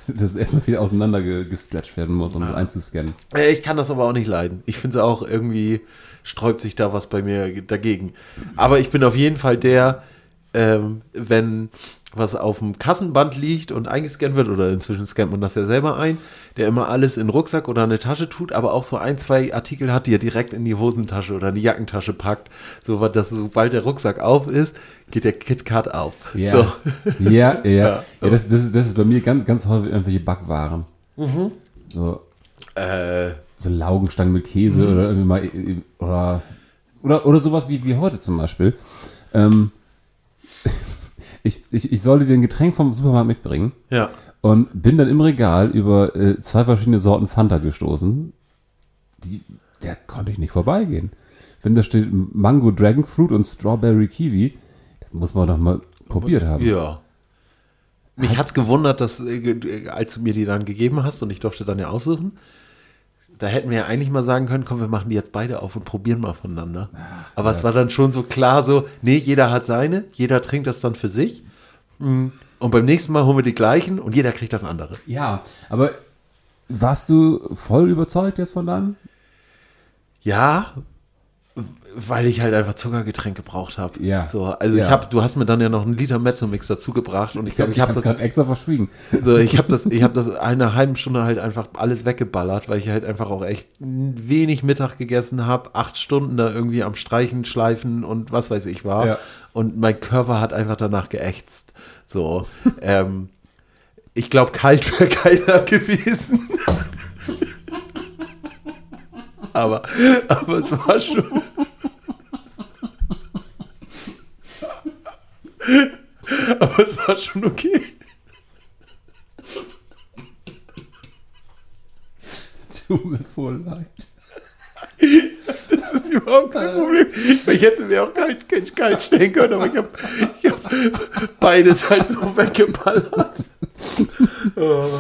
dass es erstmal wieder auseinander ge- gestretched werden muss, um es einzuscannen. Äh, Ich kann das aber auch nicht leiden. Ich finde es auch irgendwie, sträubt sich da was bei mir dagegen. Aber ich bin auf jeden Fall der, ähm, wenn was auf dem Kassenband liegt und eingescannt wird, oder inzwischen scannt man das ja selber ein, der immer alles in den Rucksack oder eine Tasche tut, aber auch so ein, zwei Artikel hat, die er direkt in die Hosentasche oder in die Jackentasche packt. So, was- dass sobald der Rucksack auf ist, geht der KitKat auf. Ja. So. ja, ja, ja. so. das, das, ist, das ist bei mir ganz, ganz häufig irgendwelche Backwaren. Mhm. So, Äh, so Laugenstangen mit Käse oder irgendwie mal äh, oder, oder, oder sowas wie, wie heute zum Beispiel. Ähm, ich, ich, ich sollte dir ein Getränk vom Supermarkt mitbringen ja. und bin dann im Regal über äh, zwei verschiedene Sorten Fanta gestoßen. Die, der konnte ich nicht vorbeigehen. Wenn da steht Mango Dragon Fruit und Strawberry Kiwi, das muss man doch mal probiert haben. Ja. Mich hat's gewundert, dass äh, ge- äh, als du mir die dann gegeben hast und ich durfte dann ja aussuchen, da hätten wir ja eigentlich mal sagen können, komm, wir machen die jetzt beide auf und probieren mal voneinander. Aber es war dann schon so klar, so, nee, jeder hat seine, jeder trinkt das dann für sich. Mm, Und beim nächsten Mal holen wir die gleichen und jeder kriegt das andere. ja, aber warst du voll überzeugt jetzt von deinem? Ja, w- weil ich halt einfach Zuckergetränk gebraucht habe. Ja. So, also Ja. ich habe, du hast mir dann ja noch einen Liter Mezzomix dazu gebracht und ich glaube, ich, hab's habe das gerade extra verschwiegen. So, ich habe das, ich habe das eine halben Stunde halt einfach alles weggeballert, weil ich halt einfach auch echt wenig Mittag gegessen habe, acht Stunden da irgendwie am Streichen, Schleifen und was weiß ich war. Ja. Und mein Körper hat einfach danach geächtzt. So, ähm, ich glaube, kalt wäre keiner gewesen. aber, aber es war schon. aber es war schon okay. Tut mir voll leid. Das ist überhaupt kein Problem. Ich hätte mir auch kalt, kalt, kalt stellen können, aber ich habe ich hab beides halt so weggeballert. Oh.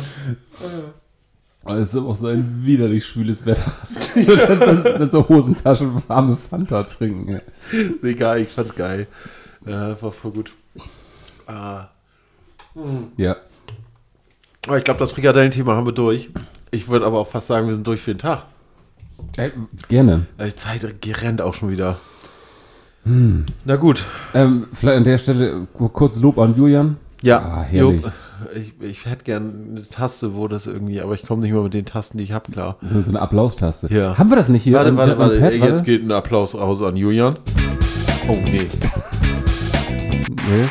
Aber es ist aber auch so ein widerlich schwüles Wetter. Und dann, dann, dann so Hosentaschen warme Fanta trinken. Ja. Ist Egal, ich fand's geil. Ja, war voll gut. Ah. ja. Aber ich glaube, das Frikadellen-Thema haben wir durch. Ich würde aber auch fast sagen, wir sind durch für den Tag. Ey, gerne. Äh, Die Zeit rennt auch schon wieder. Hm. Na gut. Ähm, vielleicht an der Stelle ku- kurz Lob an Julian. Ja, Ah, herrlich. jo. ich, ich hätte gern eine Taste, wo das irgendwie, aber ich komme nicht mal mit den Tasten, die ich habe, klar. So, so eine Applaustaste. Ja. Haben wir das nicht hier? Warte, am- warte, am warte. Pad? Ey, Jetzt geht ein Applaus raus an Julian. Oh, nee. Nee.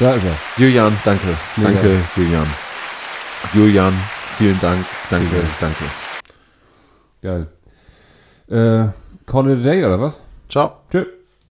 Da ist er. Julian, danke. Mega. Danke, Julian. Julian, vielen Dank. Danke, danke. Geil. Äh, call it a day oder was? Ciao. Tschö.